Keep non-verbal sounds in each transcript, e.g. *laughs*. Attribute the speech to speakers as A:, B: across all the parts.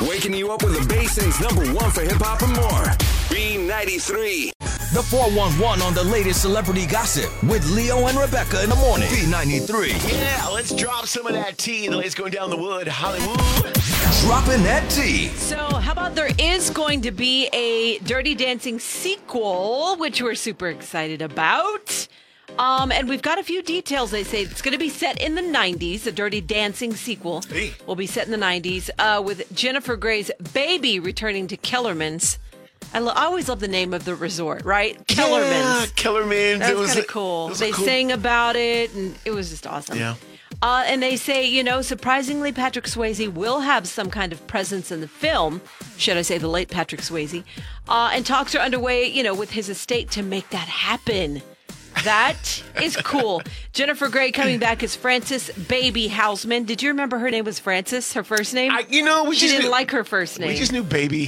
A: waking you up with the Basin's number one for hip hop and more. B93.
B: The 411 on the latest celebrity gossip with Leo and Rebecca in the morning. B93.
C: Yeah, let's drop some of that tea. The latest going down the wood, Hollywood.
B: Dropping that T.
D: So, how about there is going to be a Dirty Dancing sequel, which we're super excited about. Um, and we've got a few details. They say it's going to be set in the 90s. The Dirty Dancing sequel will be set in the 90s uh, with Jennifer Gray's baby returning to Kellerman's. I, lo- I always love the name of the resort, right? Kellerman's.
C: Yeah, Kellerman's.
D: That
C: it
D: was,
C: was
D: kind of cool.
C: it was a
D: They
C: cool-
D: sang about it, and it was just awesome.
C: Yeah.
D: Uh, and they say, you know, surprisingly, Patrick Swayze will have some kind of presence in the film. Should I say the late Patrick Swayze? Uh, and talks are underway, you know, with his estate to make that happen.
C: *laughs*
D: That is cool. Jennifer Grey coming back as Frances Baby Houseman. Did you remember her name was Frances? Her first name?
C: I, you know, we
D: she
C: just
D: didn't
C: knew,
D: like her first name.
C: We just knew baby.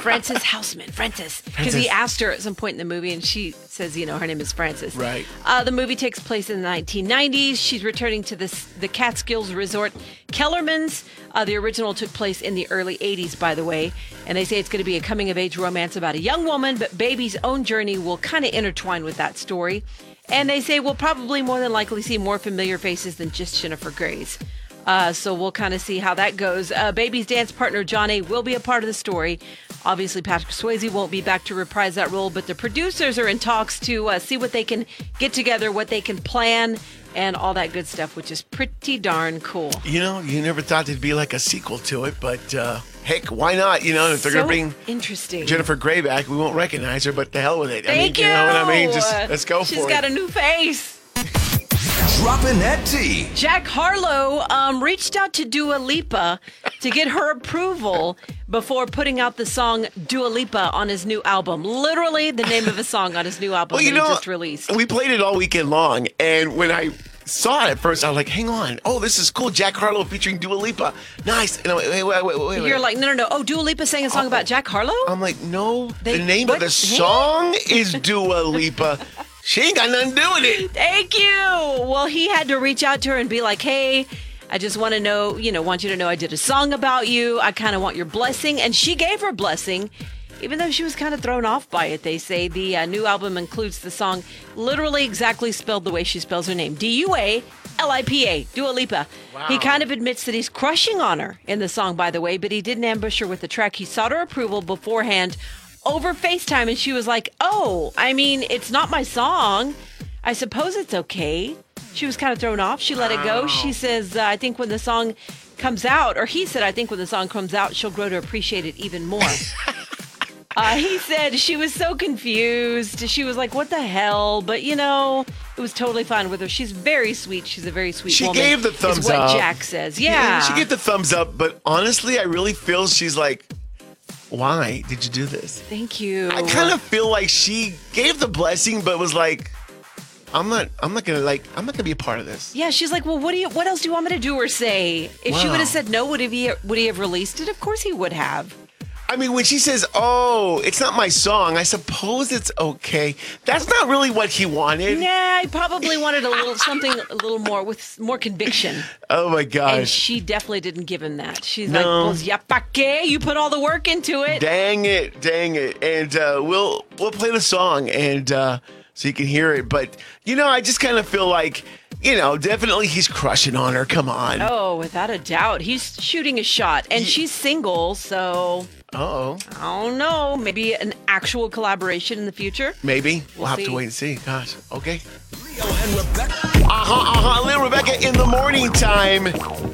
D: Frances Houseman, Frances, because
C: Frances.
D: he asked her at some point in the movie, and she says, you know, her name is Frances.
C: Right.
D: Uh, the movie takes place in the 1990s. She's returning to this the Catskills resort, Kellerman's. Uh, the original took place in the early 80s, by the way, and they say it's going to be a coming of age romance about a young woman, but Baby's own journey will kind of intertwine with that story. And they say we'll probably more than likely see more familiar faces than just Jennifer Grey's. Uh, so we'll kind of see how that goes. Uh, Baby's dance partner Johnny will be a part of the story. Obviously, Patrick Swayze won't be back to reprise that role, but the producers are in talks to uh, see what they can get together, what they can plan, and all that good stuff, which is pretty darn cool.
C: You know, you never thought there'd be like a sequel to it, but uh, heck, why not? You know, if they're
D: So
C: gonna bring
D: interesting.
C: Jennifer Grey back, we won't recognize her. But the hell with it. I mean,
D: Thank
C: you. know what I mean? Just
D: you.
C: let's go
D: She's
C: for
D: got
C: it.
D: a new face.
B: Dropping that T.
D: Jack Harlow um, reached out to Dua Lipa to get her approval before putting out the song Dua Lipa on his new album. Literally, the name of a song on his new album
C: well, you
D: that
C: know,
D: he just released.
C: we played it all weekend long, and when I saw it at first, I was like, "Hang on, oh, this is cool." Jack Harlow featuring Dua Lipa, nice. And I went, wait, wait, wait, wait, wait. Oh,
D: You're like, no, no, no. Oh, Dua Lipa sang a song about Jack Harlow?
C: I'm like, no,
D: They-
C: the name
D: what?
C: of the song is Dua
D: *laughs*
C: Lipa. she ain't got nothing to do with it.
D: Thank you. Well, he had to reach out to her and be like, hey, I just want to know, you know, want you to know I did a song about you. I kind of want your blessing. And she gave her blessing, even though she was kind of thrown off by it, they say. The uh, new album includes the song literally exactly spelled the way she spells her name D U A L I P A, Dua Lipa. He kind of admits that he's crushing on her in the song, by the way, but he didn't ambush her with the track. He sought her approval beforehand over FaceTime, and she was like, oh, I mean, it's not my song. I suppose it's okay. She was kind of thrown off. She let it go. She says, uh, I think when the song comes out, or he said, I think when the song comes out, she'll grow to appreciate it even more.
C: *laughs*
D: uh, he said she was so confused. She was like, What the hell? But you know, it was totally fine with her. She's very sweet. She's a very sweet
C: She
D: woman.
C: gave the thumbs
D: is what
C: up.
D: Jack says. Yeah.
C: She gave the thumbs up, but honestly, I really feel she's like, why did you do this?
D: Thank you.
C: I kind of feel like she gave the blessing, but was like, I'm not, I'm not gonna like, I'm not gonna be a part of this.
D: Yeah, she's like, well, what do you? What else do you want me to do or say? If she
C: Wow.
D: would have said no, would have he? Would he have released it? Of course he would have.
C: I mean, when she says, "Oh, it's not my song," I suppose it's okay. That's not really what he wanted.
D: Nah, I probably wanted a little something a little more with
C: *laughs*
D: more conviction.
C: Oh my
D: And
C: gosh!
D: she definitely didn't give him that. She's like,
C: No.
D: well, yeah, pake, you put all the work into it.
C: Dang it! Dang it! And uh, we'll we'll play the song and uh, so you can hear it. But you know, I just kind of feel like, you know, definitely he's crushing on her. Come on.
D: oh, without a doubt. He's shooting a shot. And she's single, so
C: Uh-oh.
D: I don't know. Maybe an actual collaboration in the future.
C: Maybe. We'll,
D: We'll
C: have
D: see.
C: to wait and see. Gosh. Okay.
B: Leo and Rebecca.
C: Uh-huh, uh-huh. Little Rebecca in the morning time.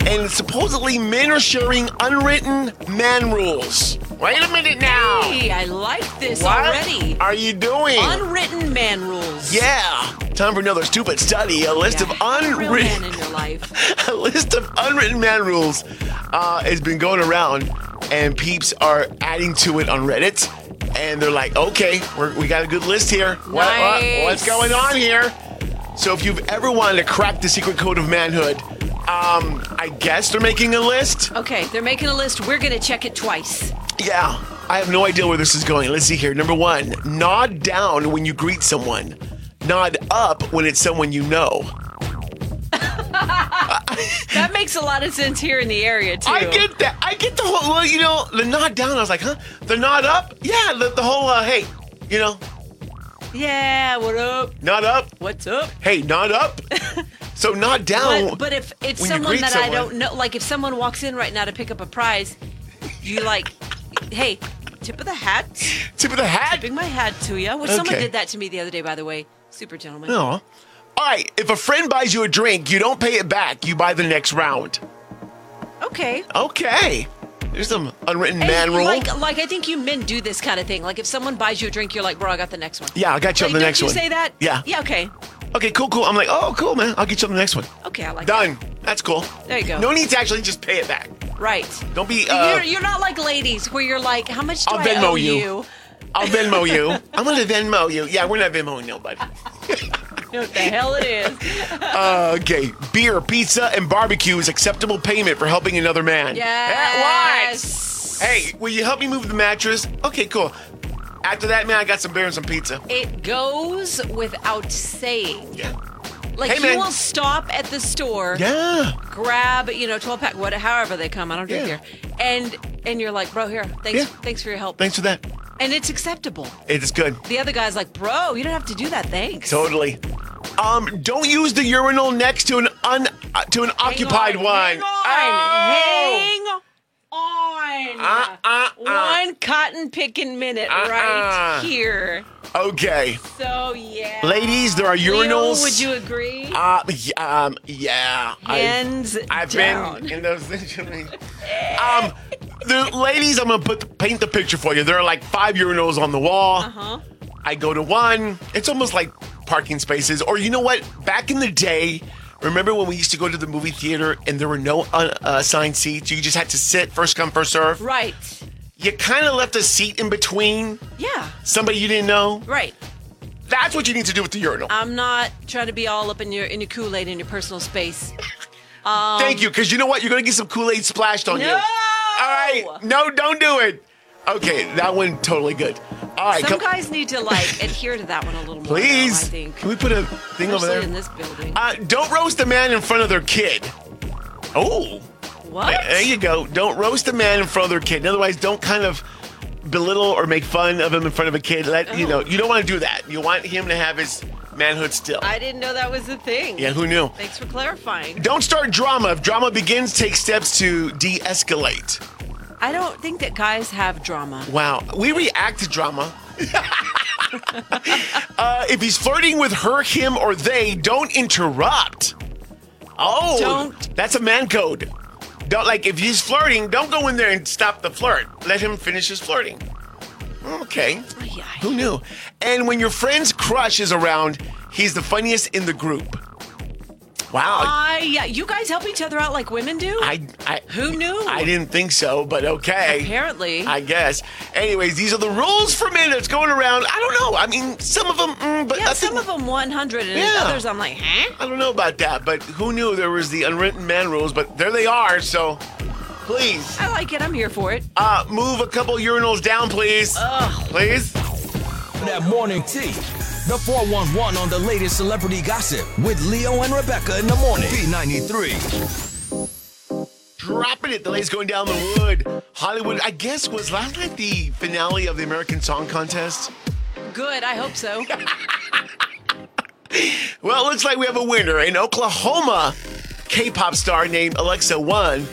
C: And supposedly men are sharing unwritten man rules. Wait a minute now.
D: Hey, I like this
C: What
D: already.
C: are you doing?
D: Unwritten man rules.
C: yeah. Time for another stupid study. A list
D: Yeah.
C: of
D: Real man
C: unwritten
D: in your
C: *laughs*
D: life.
C: a list of unwritten man rules uh, has been going around, and peeps are adding to it on Reddit. And they're like, okay, we're, we got a good list here. What- what-
D: Nice.
C: what's going on here? So, if you've ever wanted to crack the secret code of manhood, um, I guess they're making a list.
D: Okay, they're making a list. We're going to check it twice.
C: Yeah, I have no idea where this is going. Let's see here. Number one, nod down when you greet someone, nod up when it's someone you know.
D: That makes a lot of sense here in the area too.
C: I get that. I get the whole. Well, you know, the nod down. I was like, huh? The nod up? Yeah. The, the whole. Uh, hey, you know,
D: Yeah, what up?
C: nod up.
D: What's up?
C: Hey, nod up. so nod down.
D: But, but if it's
C: Oh, when you
D: someone
C: greet
D: that I
C: someone-
D: don't know, like if someone walks in right now to pick up a prize, you like, hey, tip of the hat,
C: tip of the hat.
D: bring my hat to you. Which someone
C: Okay. Oh.
D: did that to me the other day, by the way. Super gentleman.
C: No. All right. If a friend buys you a drink, you don't pay it back. You buy the next round.
D: Okay.
C: Okay. There's some unwritten
D: And,
C: man rule.
D: Like, like I think you men do this kind of thing. Like if someone buys you a drink, you're like, bro, I got the next one.
C: yeah, I got you
D: Like,
C: on the
D: don't
C: next
D: you
C: one.
D: say that?
C: Yeah.
D: Yeah. Okay.
C: Okay. Cool. Cool. I'm like, oh, cool, man. I'll get you on the next one.
D: Okay. I like
C: Done. That's cool.
D: There you go.
C: No need to actually just pay it back.
D: that. Right.
C: Don't be. Uh,
D: you're, you're not like ladies where you're like, how much do
C: I'll
D: I
C: Venmo
D: owe
C: you."
D: you?
C: I'll Venmo you. I'm gonna Venmo you. Yeah, we're not Venmoing nobody.
D: You
C: *laughs*
D: know what the hell it is.
C: Okay, beer, pizza, and barbecue is acceptable payment for helping another man. Eh, what?
D: Yes.
C: Hey, will you help me move the mattress? Okay, cool. After that, man, I got some beer and some pizza.
D: It goes without saying.
C: Yeah.
D: Like
C: Hey,
D: you
C: man.
D: will stop at the store,
C: Yeah.
D: grab you know twelve pack, what, however they come. I don't drink
C: Yeah.
D: here, and and you're like, bro, here, thanks,
C: Yeah.
D: thanks for your help,
C: Thanks for that.
D: and it's acceptable.
C: It's good.
D: The other guy's like, bro, you don't have to do that, thanks.
C: Totally. Um, don't use the urinal next to an un uh, to an
D: Hang
C: occupied
D: on,
C: one.
D: Hang on,
C: Oh!
D: hang on.
C: Uh, uh, uh.
D: One cotton picking minute
C: Uh-uh.
D: right here.
C: Okay,
D: So yeah,
C: ladies, there are urinals.
D: Leo, would you agree?
C: Uh, y- um, yeah. I-
D: Hands
C: I've
D: down.
C: been in those *laughs* situations. um, the ladies, I'm gonna put paint the picture for you. There are like five urinals on the wall.
D: Huh?
C: I go to one. It's almost like parking spaces. Or you know what? Back in the day, remember when we used to go to the movie theater and there were no uh, assigned seats? You just had to sit first come first serve.
D: Right.
C: You kind of left a seat in between
D: Yeah.
C: somebody you didn't know.
D: Right.
C: That's what you need to do with the urinal.
D: I'm not trying to be all up in your in your Kool-Aid in your personal space.
C: Thank you, because you know what? You're gonna get some Kool Aid splashed on you.
D: Um, No!
C: All right, no, don't do it. Okay, that one totally good. All right, come-
D: Some guys need to
C: *laughs*
D: like adhere to that one a little more. though,
C: please.
D: I think.
C: Can we put a thing over
D: Especially in
C: there?
D: this building.
C: Uh, don't roast a man in front of their kid. Oh,
D: what?
C: there you go. Don't roast a man in front of their kid. Otherwise, don't kind of belittle or make fun of him in front of a kid. Let you
D: Oh.
C: know you don't want to do that. You want him to have his manhood still.
D: I didn't know that was a thing.
C: yeah, who knew?
D: Thanks for clarifying.
C: Don't start drama. If drama begins, take steps to de-escalate.
D: I don't think that guys have drama.
C: Wow, we react to
D: *laughs*
C: drama. uh, if he's flirting with her, him, or they, don't interrupt. Oh,
D: Don't.
C: that's a man code. Don't like if he's flirting, don't go in there and stop the flirt. Let him finish his flirting. Okay.
D: Ay, ay.
C: Who knew? And when your friend's crush is around, he's the funniest in the group. Wow.
D: I yeah, you guys help each other out like women do?
C: I, I
D: Who knew?
C: I didn't think so, but okay.
D: Apparently.
C: I guess. Anyways, these are the rules for men that's going around. I don't know. I mean, some of them, mm, but
D: yeah,
C: I
D: some
C: think-
D: of them 100 and
C: Yeah.
D: others I'm like, huh?
C: I don't know about that. But who knew there was the unwritten man rules? But there they are. So please,
D: I like it. I'm here for it.
C: uh, move a couple urinals down, please. Please.
B: That morning tea. The 411 on the latest celebrity gossip with Leo and Rebecca in the morning. B93.
C: Dropping it. The lady's going down the wood. Hollywood, I guess, was last night the finale of the American Song Contest.
D: Good. I hope so.
C: Well, it looks like we have a winner. An Oklahoma K pop star named Alexa won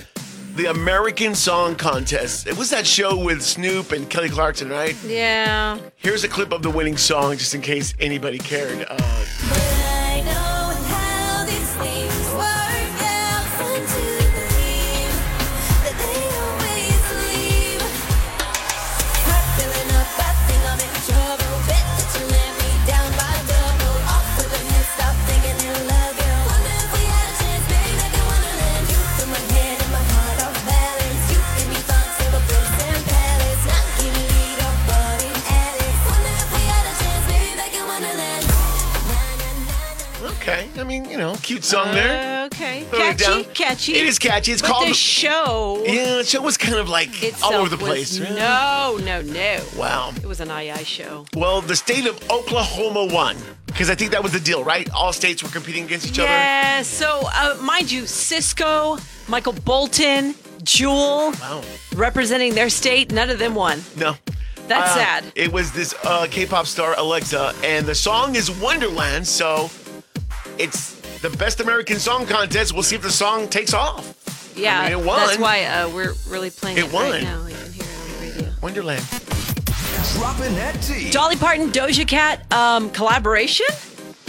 C: the American Song Contest. It was that show with Snoop and Kelly Clarkson, right?
D: yeah.
C: Here's a clip of the winning song just in case anybody cared. Uh,
E: I know how these things work out. Hard to believe that they always leave. Heart filling up, I think I'm in trouble. Bet that you let me down by double. Off to the next, stop thinking you love you. Wonder if we had a chance, babe, like I wanna land you through my head and my heart off balance. You give me thoughts of a place and palace, not give me your body Alice. Wonder if we had a chance, babe, like I wanna land. Na, na, na, na.
C: okay, I mean, you know, cute song there.
D: Okay.
C: Throw it
D: Uh,
C: down.
D: Catchy, catchy.
C: It is catchy. It's
D: but
C: called.
D: the show.
C: *laughs* yeah, the show was kind of like all
D: itself
C: over the place.
D: was- No, no, no.
C: Wow.
D: It was an II show.
C: Well, the state of Oklahoma won because I think that was the deal, right? All states were competing against each other.
D: Yeah. So, uh, mind you, Cisco, Michael Bolton, Jewel,
C: Wow.
D: representing their state, none of them won.
C: No.
D: That's
C: Uh,
D: sad.
C: It was this uh, K-pop star Alexa, and the song is Wonderland. So it's the Best American Song Contest. We'll see if the song takes off.
D: Yeah.
C: I mean, it won.
D: That's why uh, we're really playing
C: It
D: it,
C: won.
D: right now. You can hear it on the radio.
C: Wonderland.
B: Dropping that T.
D: Dolly Parton, Doja Cat um, collaboration?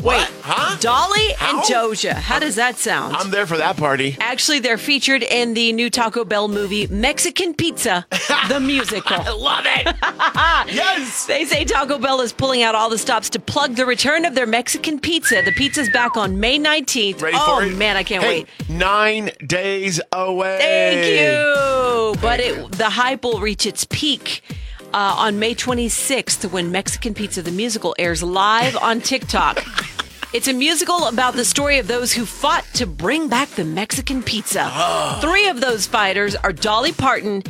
C: What?
D: Wait,
C: Huh?
D: Dolly
C: How?
D: and Doja. How does that sound?
C: I'm there for that party.
D: Actually, they're featured in the new Taco Bell movie, Mexican Pizza, the
C: *laughs*
D: musical.
C: I love it. *laughs* yes.
D: They say Taco Bell is pulling out all the stops to plug the return of their Mexican pizza. The pizza's back on May 19th.
C: Ready
D: oh,
C: for it?
D: man, I can't
C: Hey,
D: wait.
C: Nine days away.
D: Thank you. But it, the hype will reach its peak uh, on May 26th when Mexican Pizza the Musical airs live on TikTok. It's a musical about the story of those who fought to bring back the Mexican pizza. Three of those fighters are Dolly Parton,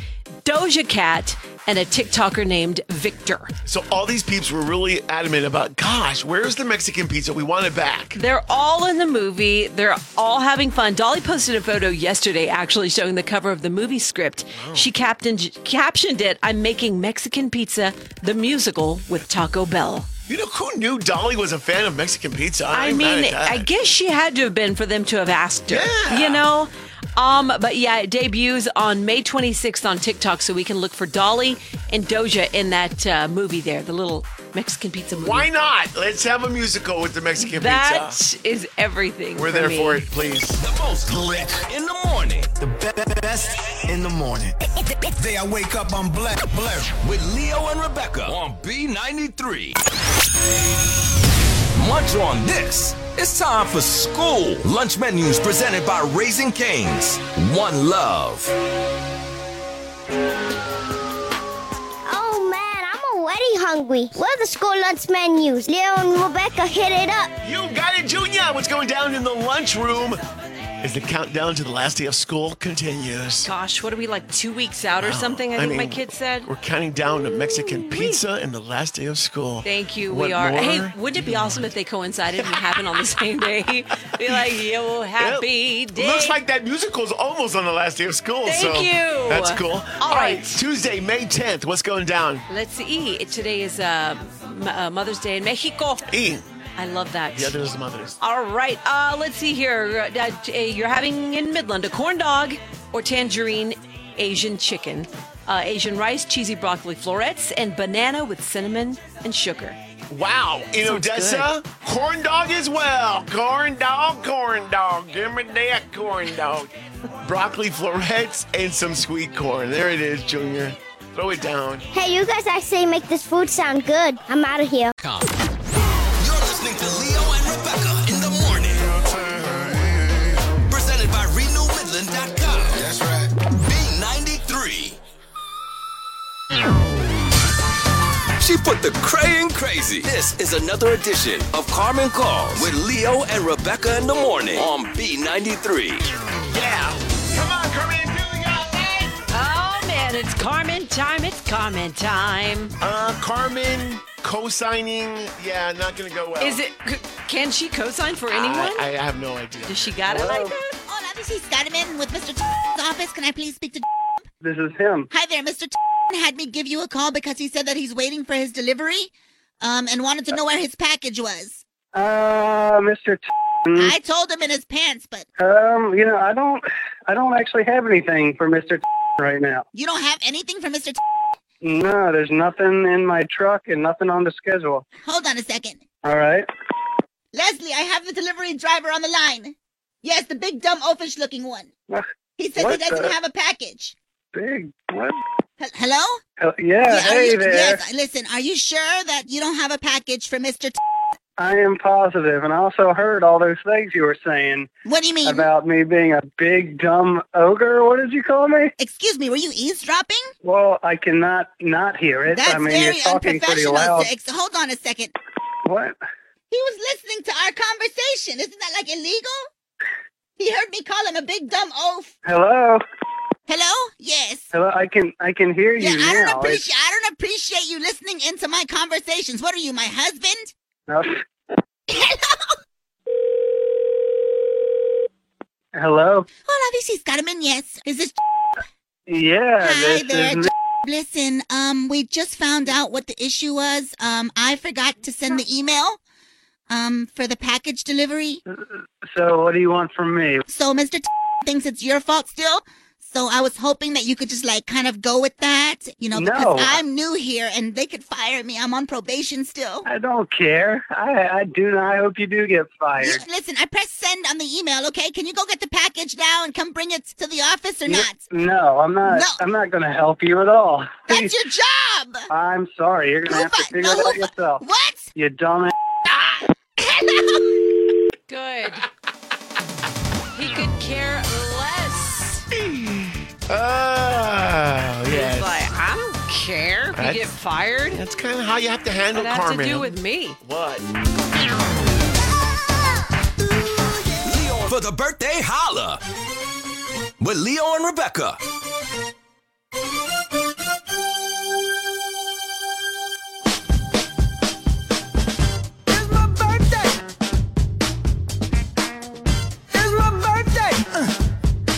D: Doja Cat, and a TikToker named Victor.
C: So all these peeps were really adamant about, gosh, where's the Mexican pizza? We want it back.
D: They're all in the movie. They're all having fun. Dolly posted a photo yesterday, actually showing the cover of the movie script. She captioned, captioned it I'm making Mexican pizza, the musical with Taco Bell.
C: You know who knew Dolly was a fan of Mexican pizza?
D: I,
C: ain't mad
D: mean,
C: at that.
D: I guess she had to have been for them to have asked her.
C: Yeah.
D: You know? Um, but yeah, it debuts on May 26th on TikTok, so we can look for Dolly and Doja in that uh, movie there, the little Mexican pizza movie.
C: Why not? Let's have a musical with the Mexican
D: That
C: pizza.
D: is everything.
C: We're there
D: me.
C: for it, please.
B: The most lit in the morning.
F: The be- best in the morning. Day I wake up, I'm blessed. blessed.
B: With Leo and Rebecca on B93. Munch on this. It's time for school. Lunch menus presented by Raising Canes. One love.
G: Oh man, I'm already hungry. What are the school lunch menus? Leo and Rebecca hit it up.
C: You got it, Junior. What's going down in the lunchroom? As the countdown to the last day of school continues.
D: gosh, what are we like two weeks out or something? I, think my
C: mean,
D: kid said.
C: We're counting down to Mexican pizza and the last day of school.
D: Thank you.
C: What
D: we are.
C: more?
D: Hey, wouldn't it be awesome if they coincided and happened on the same day? *laughs* Be like, yo,
C: Yep.
D: happy day.
C: Looks like that musical's almost on the last day of school.
D: Thank
C: so
D: you.
C: That's cool.
D: All
C: All right.
D: right.
C: Tuesday, May 10th. What's going down?
D: Let's see. It- Today is uh, M- uh, Mother's Day in Mexico.
C: E.
D: I love that.
C: The other's mothers.
D: All right. Uh, let's see here. Uh, uh, you're having in Midland a corn dog or tangerine Asian chicken, uh, Asian rice, cheesy broccoli florets, and banana with cinnamon and sugar.
C: Wow. In
D: Sounds
C: Odessa, corn dog as well. Corn dog, corn dog. Give me that corn dog. Broccoli florets and some sweet corn. There it is, Junior. Throw it down.
G: Hey, you guys actually make this food sound good. I'm out of here.
F: You're listening to Leo and Rebecca in the morning. Presented by RenewMidland.com. That's right. B93.
B: She put the cray in crazy. This is another edition of Carmen Calls with Leo and Rebecca in the morning on B93.
C: Yeah. Come on, Carmen. Doing all right.
D: Oh man, it's Carmen time. It's Carmen time.
C: Uh, Carmen co-signing. Yeah, not gonna go well.
D: Is it? c- Can she co-sign for anyone?
C: I, I have no idea.
D: Does she got it like that?
H: Hola, this is Scottman with Mr. office. Can I please speak to
I: This is him.
H: Hi there, Mr. had me give you a call because he said that he's waiting for his delivery um, and wanted to know where his package was.
I: Uh, Mr. T-
H: I told him in his pants, but
I: um, you know, I don't, I don't actually have anything for Mr. T- right now.
H: you don't have anything for Mr.
I: No, there's nothing in my truck and nothing on the schedule.
H: Hold on a second.
I: All right.
H: Leslie, I have the delivery driver on the line. Yes, the big dumb oafish looking one.
I: What
H: He says he
I: What
H: doesn't
I: the-
H: have a package.
I: Big. What?
H: Hel- Hello?
I: Hell, yeah.
H: Yeah, are
I: Hey
H: you-
I: there.
H: Yes, listen, are you sure that you don't have a package for Mr.
I: I am positive, and I also heard all those things you were saying
H: What do you mean?
I: about me being a big dumb ogre. What did you call me?
H: Excuse me, were you eavesdropping?
I: Well, I cannot not hear it.
H: That's
I: I mean,
H: very
I: you're talking pretty
H: unprofessional.
I: loud.
H: Six. Hold on a second.
I: What?
H: He was listening to our conversation. Isn't that like illegal? He heard me call him a big dumb oaf.
I: Hello,
H: Hello? Yes.
I: hello. I can I can hear you
H: Yeah,
I: now.
H: I don't
I: It's-
H: appreciate I don't appreciate you listening into my conversations. What are you, my husband? *laughs*
I: no.
H: Hello?
I: Hello.
H: Hola, this is Carmen. Yes. Is this
I: Yeah.
H: Hi
I: this
H: there.
I: is
H: J- Listen, um, we just found out what the issue was. Um, I forgot to send the email, um, for the package delivery.
I: So, what do you want from me?
H: So Mr. T- thinks it's your fault still. So I was hoping that you could just like kind of go with that, you know, because
I: No.
H: I'm new here and they could fire me. I'm on probation still.
I: I don't care. I I do. I hope you do get
H: Yeah,
I: fired.
H: listen, I pressed send on the email. Okay, can you go get the package now and come bring it to the office or
I: You-
H: not?
I: No, I'm not.
H: No.
I: I'm not going to help you at all.
H: That's your job.
I: *laughs* I'm sorry. You're going to have to
H: Who fi-
I: figure
H: no,
I: it out
H: who fi-
I: yourself.
H: What? *laughs*
I: You dumb
H: Hello.
D: Good. He could care less.
C: Oh,
D: He's
C: yes.
D: like, I don't care if you
C: That's-
D: get fired.
C: That's kind of how you have to handle
D: What that have
C: Carmen.
D: to do with me?
C: what?
B: Leo for the birthday holla with Leo and Rebecca.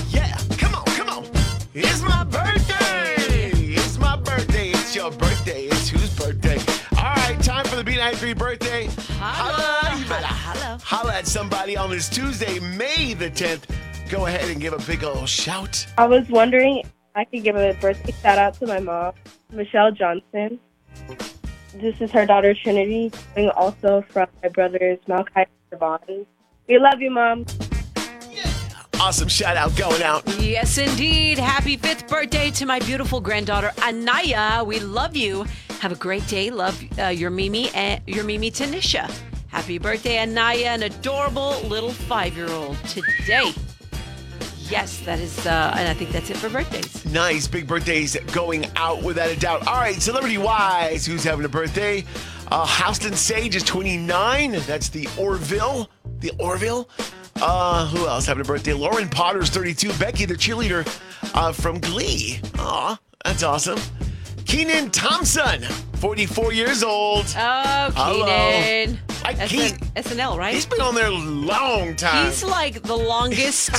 C: Yeah, come on, come on. It's my birthday. It's my birthday. It's your birthday. It's whose birthday? All right, time for the B93 birthday. Holla. You better holla. Holla at somebody on this Tuesday, May the 10th. Go ahead and give a big old shout.
J: I was wondering if I could give a birthday shout out to my mom, Michelle Johnson. This is her daughter Trinity, and also from my brothers Malachi and Javon. We love you, mom.
C: Awesome shout out going out.
D: Yes, indeed. Happy fifth birthday to my beautiful granddaughter Anaya. We love you. Have a great day. Love uh, your Mimi and your Mimi Tanisha. Happy birthday, Anaya, an adorable little five-year-old today. Yes, that is, uh, and I think that's it for birthdays.
C: Nice big birthdays going out without a doubt. All right, celebrity wise, who's having a birthday? Uh, Houston Sage is 29. That's the Orville. The Orville. Uh, who else having a birthday? Lauren Potter's 32. Becky, the cheerleader uh, from Glee. Aw, that's awesome. Keenan Thompson, 44 years old.
D: Oh,
C: Hello.
D: Keenan.
C: I
D: SN-
C: can't-
D: SNL, right?
C: He's been on there a long time.
D: He's like
C: *laughs*
D: the longest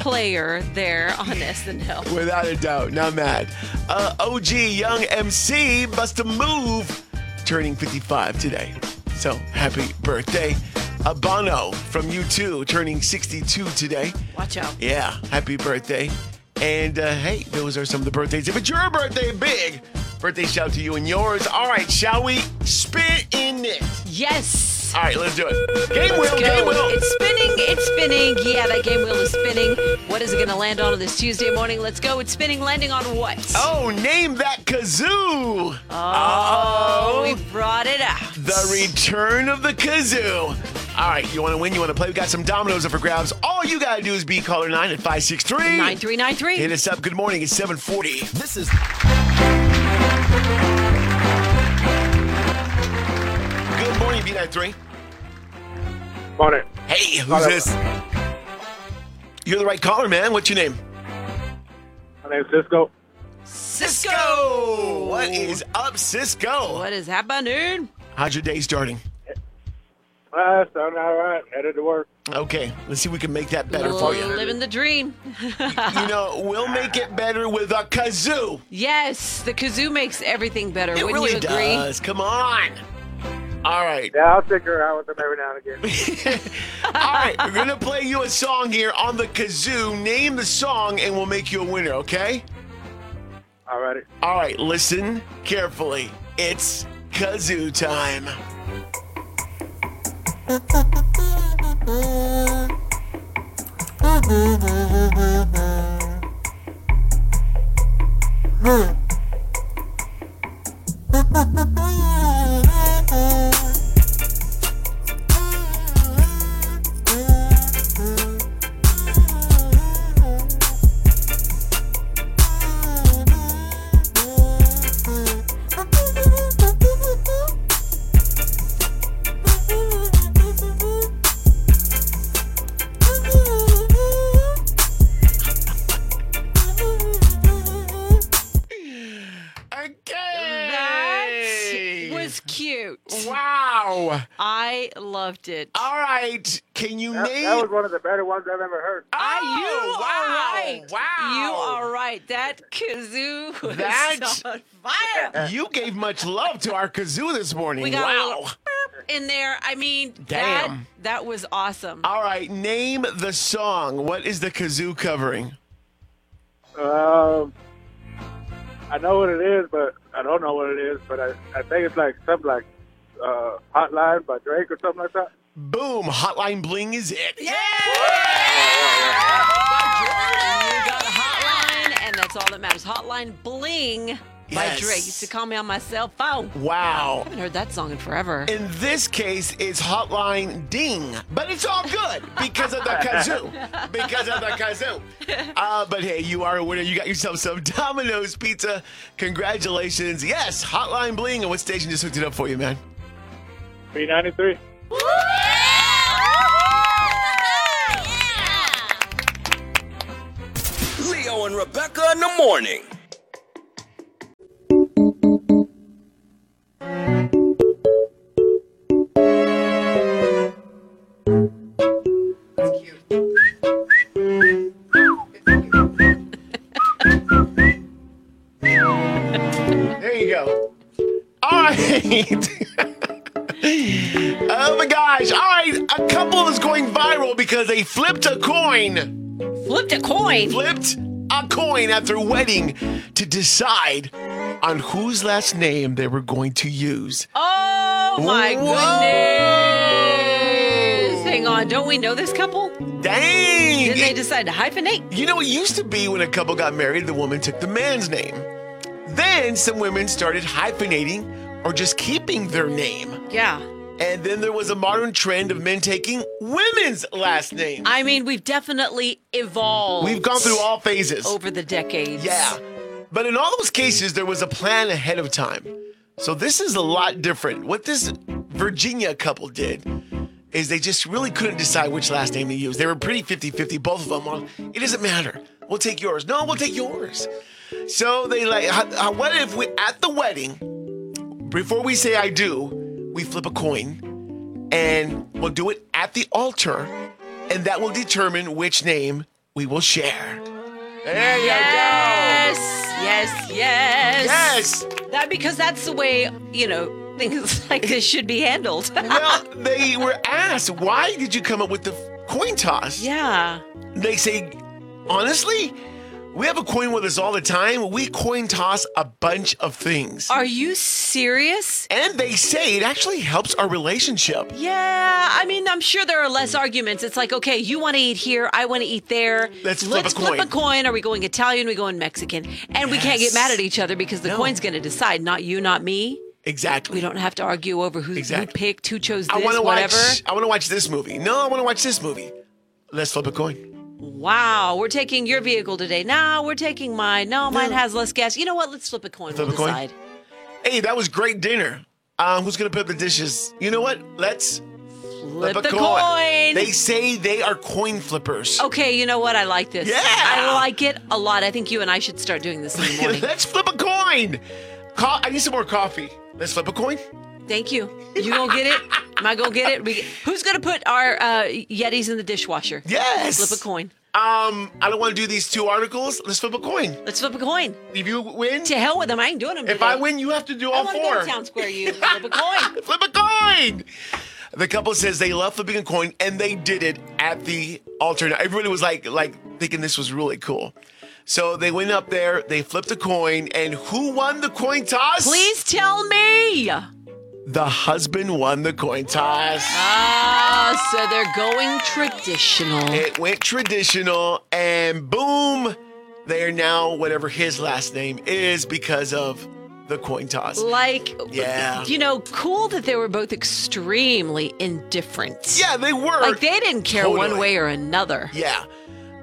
D: player there on SNL.
C: Without a doubt, not mad. Uh, OG Young MC bust a move, turning 55 today. So happy birthday. Uh, Bono from U2 turning 62 today.
D: Watch out.
C: Yeah, happy birthday. And uh, hey, those are some of the birthdays. If it's your birthday, big birthday shout to you and yours. All right, shall we spin in it?
D: Yes.
C: All right, let's do it. Game wheel, game
D: go.
C: wheel.
D: It's spinning. It's spinning. Yeah, that game wheel is spinning. What is it going to land on this Tuesday morning? Let's go. It's spinning. Landing on what?
C: Oh, name that kazoo.
D: Oh, we brought it out.
C: The return of the kazoo. All right, you want to win, you want to play. We got some dominoes up for grabs. All you got to do is be caller 9 at 563.
D: 9393.
C: Hit us up. Good morning. It's 740.
B: This is
C: Good morning, B93.
I: On it.
C: Hey, who's
I: Hello.
C: this? You're the right caller, man. What's your name?
I: My name's Cisco.
D: Cisco.
C: What is up, Cisco?
D: What is happening?
C: How's your day starting?
I: Uh, sounding all right. Headed to work.
C: Okay, let's see if we can make that better for you.
D: Living the dream. *laughs*
C: You know, we'll make it better with a kazoo.
D: yes, the kazoo makes everything better.
C: It
D: Wouldn't
C: really
D: you agree?
C: does. Come on. All right.
I: Yeah, I'll figure out with them every now and again.
C: *laughs* All right, we're gonna play you a song here on the kazoo. Name the song, and we'll make you a winner. Okay?
I: All righty.
C: All right, listen carefully. It's kazoo time.
E: Thank you.
D: That was cute.
C: Wow. Oh,
D: I loved it.
C: All right. Can you
I: That,
C: name? Oh,
I: that was one of the better ones I've ever heard.
D: I, you are right.
C: Wow.
D: You are right. That kazoo *laughs* was
C: That-
D: on fire.
C: You gave much love to our kazoo this morning.
D: We got a
C: wow.
D: little burp in there. I mean,
C: Damn. Oh,
D: that that was awesome.
C: All right. Name the song. What is the kazoo covering?
I: Um, I know what it is, but I don't know what it is. But I, I think it's like something like uh, Hotline by Drake or something like that.
C: Boom. Hotline Bling is it.
D: Yeah! You got a hotline, and that's all that matters. Hotline Bling by
C: Yes.
D: Drake. Used to call me on my cell phone.
C: Wow.
D: haven't heard that song in forever.
C: In this case, it's Hotline Ding, but it's all good because of the kazoo. Because of the kazoo. Uh, but hey, you are a winner. You got yourself some Domino's Pizza. Congratulations. Yes, Hotline Bling. And what station just hooked it up for you, man?
I: B ninety three.
B: Leo and Rebecca in the morning.
C: There you go. All right. oh my gosh. All right. A couple is going viral because they flipped a coin.
D: Flipped a coin.
C: Flipped a coin at their wedding to decide on whose last name they were going to use.
D: Oh my
C: Whoa.
D: goodness! Hang on, don't we know this couple?
C: Dang.
D: Didn't they decide to hyphenate?
C: You know, it used to be when a couple got married, the woman took the man's name. Then some women started hyphenating or just keeping their name.
D: Yeah.
C: And then there was a modern trend of men taking women's last name.
D: I mean, we've definitely evolved.
C: We've gone through all phases.
D: over the decades.
C: Yeah. But in all those cases, there was a plan ahead of time. So this is a lot different. What this Virginia couple did is they just really couldn't decide which last name to use. They were pretty 50 50, both of them. On, it doesn't matter. We'll take yours. No, we'll take yours. So they like, h- h- what if we, at the wedding, before we say I do, we flip a coin and we'll do it at the altar, and that will determine which name we will share. There you
D: Yes. Yes. Yes.
C: go. Yes.
D: That because that's the way you know things *laughs* like this should be handled. *laughs*
C: Well, they were asked, why did you come up with the coin toss?
D: yeah.
C: They say, honestly, we have a coin with us all the time. We coin toss a bunch of things.
D: Are you serious?
C: and they say it actually helps our relationship.
D: Yeah, I mean, I'm sure there are less arguments. It's like, okay, you want to eat here, I want to eat there.
C: Let's flip a coin.
D: flip a coin. Are we going Italian? Are we going Mexican? And we can't
C: Yes.
D: get mad at each other because the
C: No.
D: coin's going to decide, not you, not me.
C: Exactly.
D: We don't have to argue over who,
C: Exactly.
D: who picked, who chose
C: I
D: this,
C: want to
D: whatever.
C: watch. I want to watch this movie. No, I want to watch this movie. Let's flip a coin.
D: Wow, we're taking your vehicle today. No, we're taking mine. No, mine has less gas. You know what? Let's flip a coin.
C: Flip
D: we'll
C: a coin?
D: decide.
C: Hey, that was great dinner. Um, who's gonna put up the dishes? You know what? Let's
D: Flip, the coin. Oh,
C: They say they are coin flippers. *laughs*
D: okay, you know what? I like this.
C: Yeah.
D: I like it a lot. I think you and I should start doing this in the morning.
C: *laughs* Let's flip a coin. Co- I need some more coffee. Let's flip a coin.
D: Thank you. You gonna get it? Am I gonna get it? We, who's gonna put our uh, Yetis in the dishwasher?
C: Yes.
D: Flip a coin.
C: Um, I don't want to do these two articles. Let's flip a coin.
D: Let's flip a coin.
C: If you win,
D: To hell with them. I ain't doing them.
C: if
D: today.
C: I win, you have to do
D: I
C: all
D: want to
C: four.
D: go to town square. You flip a coin.
C: flip a coin. The couple says they love flipping a coin, and they did it at the altar. Now, everybody was like, like thinking this was really cool. So they went up there, they flipped a coin, and who won the coin toss?
D: Please tell me.
C: The husband won the coin toss.
D: Ah, so they're going traditional.
C: It went traditional, and boom, they are now whatever his last name is because of the coin toss.
D: Like,
C: Yeah.
D: you know, cool that they were both extremely indifferent.
C: Yeah, they were.
D: Like they didn't care
C: Totally.
D: one way or another.
C: yeah.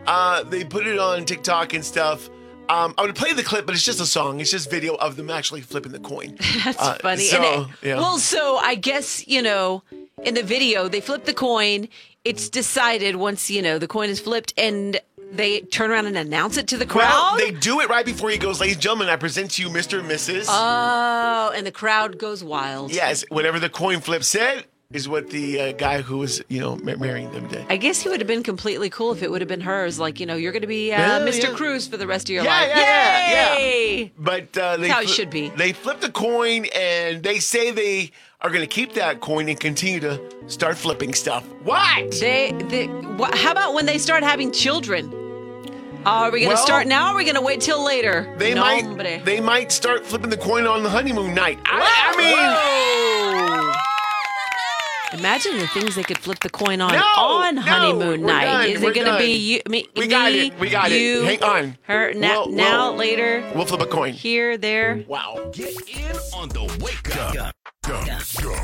C: Uh, they put it on TikTok and stuff. Um, I would play the clip, but it's just a song. It's just video of them actually flipping the coin.
D: *laughs* That's
C: Uh,
D: funny.
C: So,
D: and it-
C: yeah.
D: Well, so I guess, you know, in the video, they flip the coin. It's decided once, you know, the coin is flipped and they turn around and announce it to the
C: Well,
D: crowd?
C: they do it right before he goes, ladies and gentlemen, I present to you Mr. and Mrs.
D: oh, and the crowd goes wild.
C: yes, whatever the coin flip said is what the uh, guy who was, you know, ma- marrying them did.
D: I guess he would have been completely cool if it would have been hers. Like, you know, you're going to be uh,
C: Yeah,
D: Mr.
C: yeah.
D: Cruz for the rest of your
C: Yeah,
D: life.
C: yeah, yeah,
D: Yay!
C: But uh, they
D: That's how it should be.
C: They flip the coin and they say they are going to keep that coin and continue to start flipping stuff. What?
D: They, they, wha- how about when they start having children? Are we going to
C: Well-
D: start now or are we going to wait till later?
C: They
D: No,
C: might.
D: hombre.
C: They might start flipping the coin on the honeymoon night. I, I mean.
D: *laughs* Imagine the things they could flip the coin on
C: No,
D: on
C: no,
D: honeymoon
C: we're
D: night.
C: done,
D: Is
C: we're
D: it going to be
C: done.
D: you? Me,
C: We got
D: me,
C: it. We got
D: you,
C: it. Hang on.
D: Her now,
C: We'll-
D: now
C: we'll-
D: later.
C: We'll flip a coin.
D: Here, there.
C: Wow.
B: Get in on the wake up.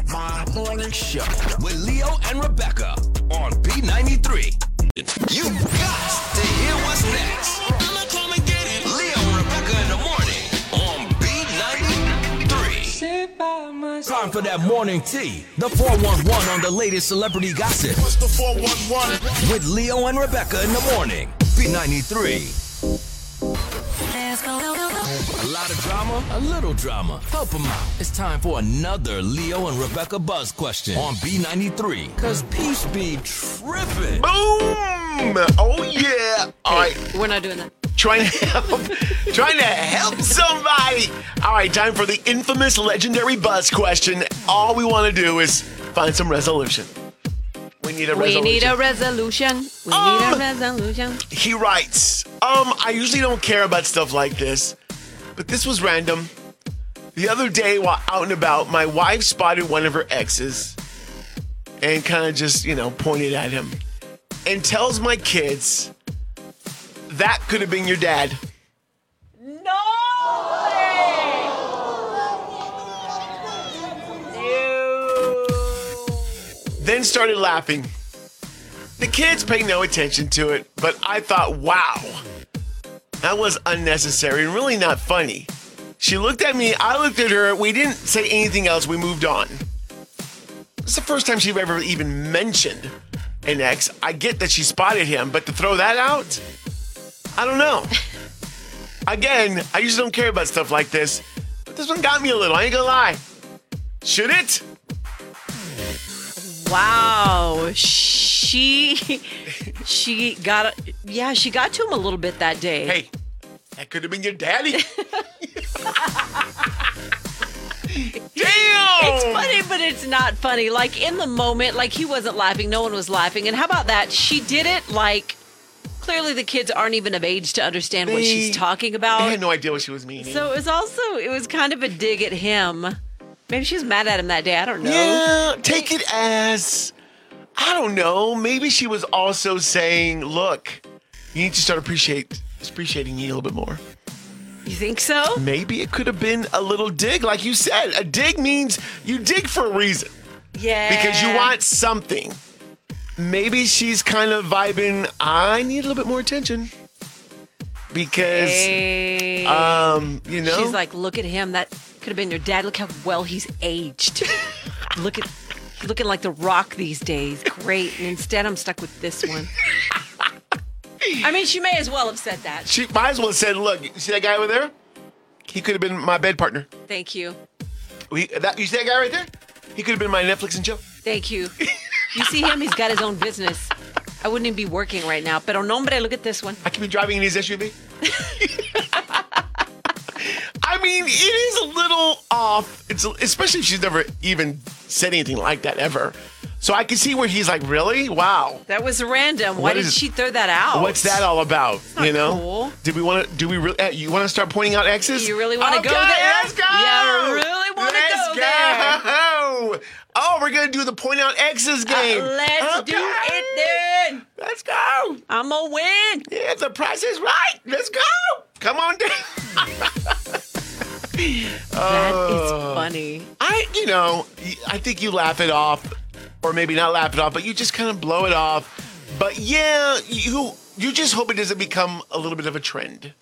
B: My morning show with Leo and Rebecca on B93. You got to hear what's next. Come and get it. Leo and Rebecca in the morning on B93. Time for that morning tea. The 411 on the latest celebrity gossip. What's the 411? With Leo and Rebecca in the morning. B93. A lot of drama, a little drama. Help 'em out. It's time for another Leo and Rebecca Buzz question on B93. Cause peace be trippin'.
C: Boom! Oh yeah! All right,
D: We're not doing that.
C: trying to help, trying to help somebody. All right, time for the infamous, legendary buzz question. All we want to do is find some resolution. We need a
D: We
C: resolution.
D: need a resolution. Oh! We need a resolution.
C: he writes, um, I usually don't care about stuff like this, but this was random. The other day while out and about, my wife spotted one of her exes and kind of just, you know, pointed at him and tells my kids, that could have been your dad.
D: No way!
C: then started laughing. The kids paid no attention to it, but I thought, wow, that was unnecessary and really not funny. She looked at me, I looked at her, we didn't say anything else, we moved on. It's the first time she'd ever even mentioned an ex. I get that she spotted him, but to throw that out, I don't know. Again, I usually don't care about stuff like this, but this one got me a little, I ain't gonna lie. Should it?
D: Wow, she she got yeah she got to him a little bit that day.
C: Hey, that could have been your
D: *laughs*
C: daddy. Damn!
D: It's
C: Oh.
D: funny, but it's not funny. Like in the moment, like he wasn't laughing, no one was laughing. And how about that? She did it like clearly the kids aren't even of age to understand what
C: They-
D: she's talking
C: I
D: about.
C: had no idea what she was meaning.
D: So it was also it was kind of a dig at him. Maybe she was mad at him that day. I don't know.
C: yeah, take it as I don't know. Maybe she was also saying, "Look, you need to start appreciate appreciating me a little bit more."
D: You think so?
C: Maybe it could have been a little dig, like you said. A dig means you dig for a reason.
D: Yeah.
C: because you want something. Maybe she's kind of vibing. I need a little bit more attention because,
D: Hey.
C: um, you know,
D: She's like, look at him. That could have been your dad. Look how well he's aged.
C: *laughs*
D: look at he's looking like the rock these days. Great. And instead I'm stuck with this one. I mean, she may as well have said that.
C: she might as well have said, "Look, you see that guy over there? He could have been my bed partner.
D: Thank you.
C: We, that, you see that guy right there? He could have been my Netflix and chill."
D: Thank you. You see him, he's got his own business. I wouldn't even be working right now. Pero nombre, look at this one.
C: I could be driving in his
D: *laughs*
C: SUV. *laughs* I mean, it is a little off. It's especially if she's never even said anything like that ever. So I can see where he's like, "Really? Wow."
D: That was random. Why
C: What
D: did
C: is-
D: she throw that out?
C: What's that all about? you know?
D: cool.
C: Did we want to? Do we really? You want to start pointing out exes?
D: You really wanna
C: okay,
D: go there?
C: Let's go.
D: You really wanna
C: Let's
D: go there? Uh,
C: go. Oh, we're gonna do the point out exes game.
D: Let's do
C: Okay.
D: it then.
C: Let's go.
D: I'm gonna win.
C: Yeah, the price is right. Let's go. Come on down. *laughs*
D: that is
C: Oh.
D: funny.
C: I, you know, I think you laugh it off, or maybe not laugh it off, but you just kind of blow it off. But yeah, you you just hope it doesn't become a little bit of a trend.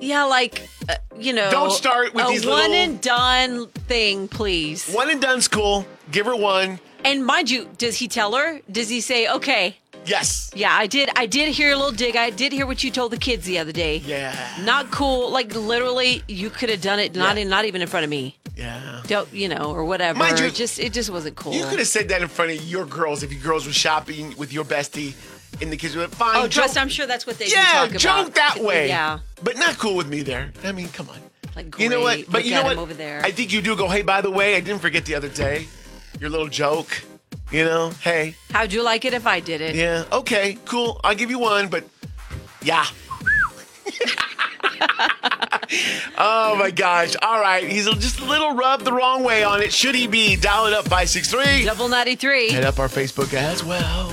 D: Yeah, like uh, you know.
C: Don't start with
D: a
C: these
D: one
C: little-
D: and done thing, please.
C: One and done's cool. Give her one.
D: And mind you, does he tell her? Does he say, "Okay,
C: Yes.
D: yeah, I did. I did hear a little dig. I did hear what you told the kids the other day.
C: Yeah.
D: Not cool. Like literally, you could have done it. Not in, not even in front of me.
C: Yeah.
D: Don't you know or whatever.
C: Mind you-
D: It just it just wasn't cool.
C: You could have said that in front of your girls if your girls were shopping with your bestie in the kitchen. Fine.
D: Oh, trust.
C: joke-
D: I'm sure that's what they do
C: Yeah,
D: talk about.
C: joke that way.
D: Yeah.
C: But not cool with me there. I mean, come on.
D: Like great.
C: You know what? But
D: Look
C: you
D: at
C: know
D: him
C: what?
D: Over there.
C: I think you do go, hey, by the way, I didn't forget the other day. Your little joke. You know, hey,
D: How'd you like it if I did it?
C: yeah, okay, cool. I'll give you one, but yeah. *laughs* oh my gosh. All right. He's just a little rubbed the wrong way on it. Should he be? Dial it up 563.
D: Double ninety three.
C: Head up our Facebook as well.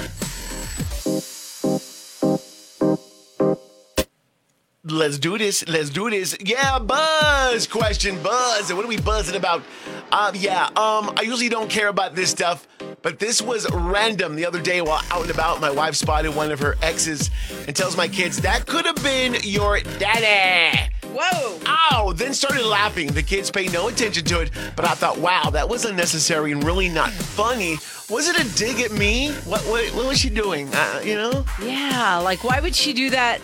C: Let's do this. Let's do this. Yeah, buzz question, buzz. And what are we buzzing about? Uh, yeah, um, I usually don't care about this stuff, but this was random the other day while out and about. My wife spotted one of her exes and tells my kids that could have been your daddy.
D: Whoa.
C: Ow! Then started laughing. The kids paid no attention to it, but I thought, wow, that was unnecessary and really not funny. Was it a dig at me? What what, what was she doing? Uh, you know?
D: Yeah, like why would she do that?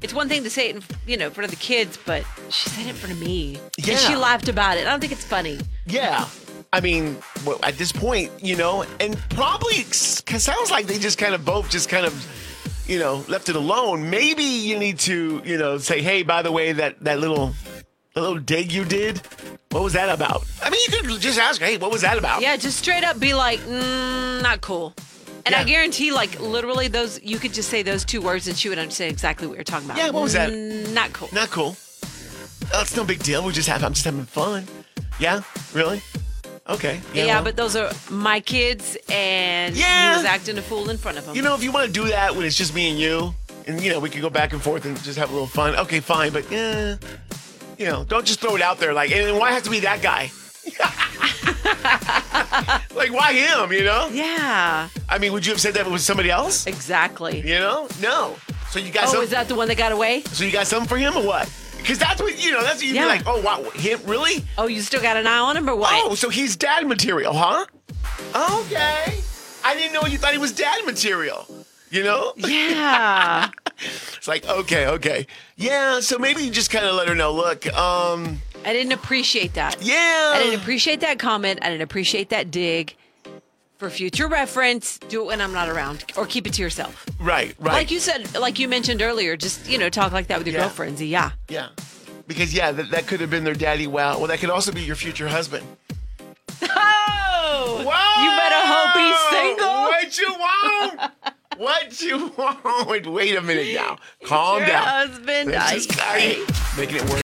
D: It's one thing to say it, in, you know, in front of the kids, but she said it in front of me.
C: Yeah.
D: And she laughed about it. I don't think it's funny.
C: Yeah. I mean, well, at this point, you know, and probably cause sounds like they just kind of both just kind of, you know, left it alone. Maybe you need to, you know, say, hey, by the way, that that little, that little dig you did, what was that about? I mean, you could just ask, hey, what was that about?
D: Yeah, just straight up be like, mm, not cool. And I
C: Yeah.
D: guarantee, like literally, those you could just say those two words and she would understand exactly what you're talking about.
C: Yeah, what was that?
D: Mm, not cool.
C: Not cool. Oh, it's no big deal. We just have. I'm just having fun. Yeah. Really? Okay.
D: yeah,
C: well.
D: but those are my kids, and
C: Yeah.
D: he was acting a fool in front of them.
C: you know, if you want to do that when it's just me and you, and you know, we can go back and forth and just have a little fun. Okay, fine. But yeah, you know, don't just throw it out there. Like, and why has to be that guy? *laughs* like, why him? You know?
D: yeah,
C: I mean, would you have said that if it was somebody else?
D: exactly.
C: You know? No. So you got
D: Oh,
C: some-
D: is that the one that got away?
C: so you got something for him or what? Because that's what you know. That's what you'd
D: Yeah.
C: be like. Oh wow, him really?
D: Oh, you still got an eye on him or what?
C: Oh, *laughs* so he's dad material, huh? Okay. I didn't know you thought he was dad material. You know?
D: Yeah.
C: It's like, okay, okay. Yeah, so maybe you just kind of let her know, look, um,
D: I didn't appreciate that. I didn't
C: yeah.
D: appreciate that comment. I didn't appreciate that dig. For future reference, do it when I'm not around or keep it to yourself.
C: Right, right.
D: Like you said, like you mentioned earlier, just, you know, talk like that with your
C: Yeah.
D: girlfriends. Yeah.
C: yeah. Because, yeah, that, that could have been their daddy. Wow. Well, that could also be your future husband.
D: Oh!
C: Whoa!
D: You better hope he's single.
C: What you want? what you want? Wait a minute now. Calm
D: Your
C: down.
D: husband.
C: Let's just-
D: I-
C: Making it work.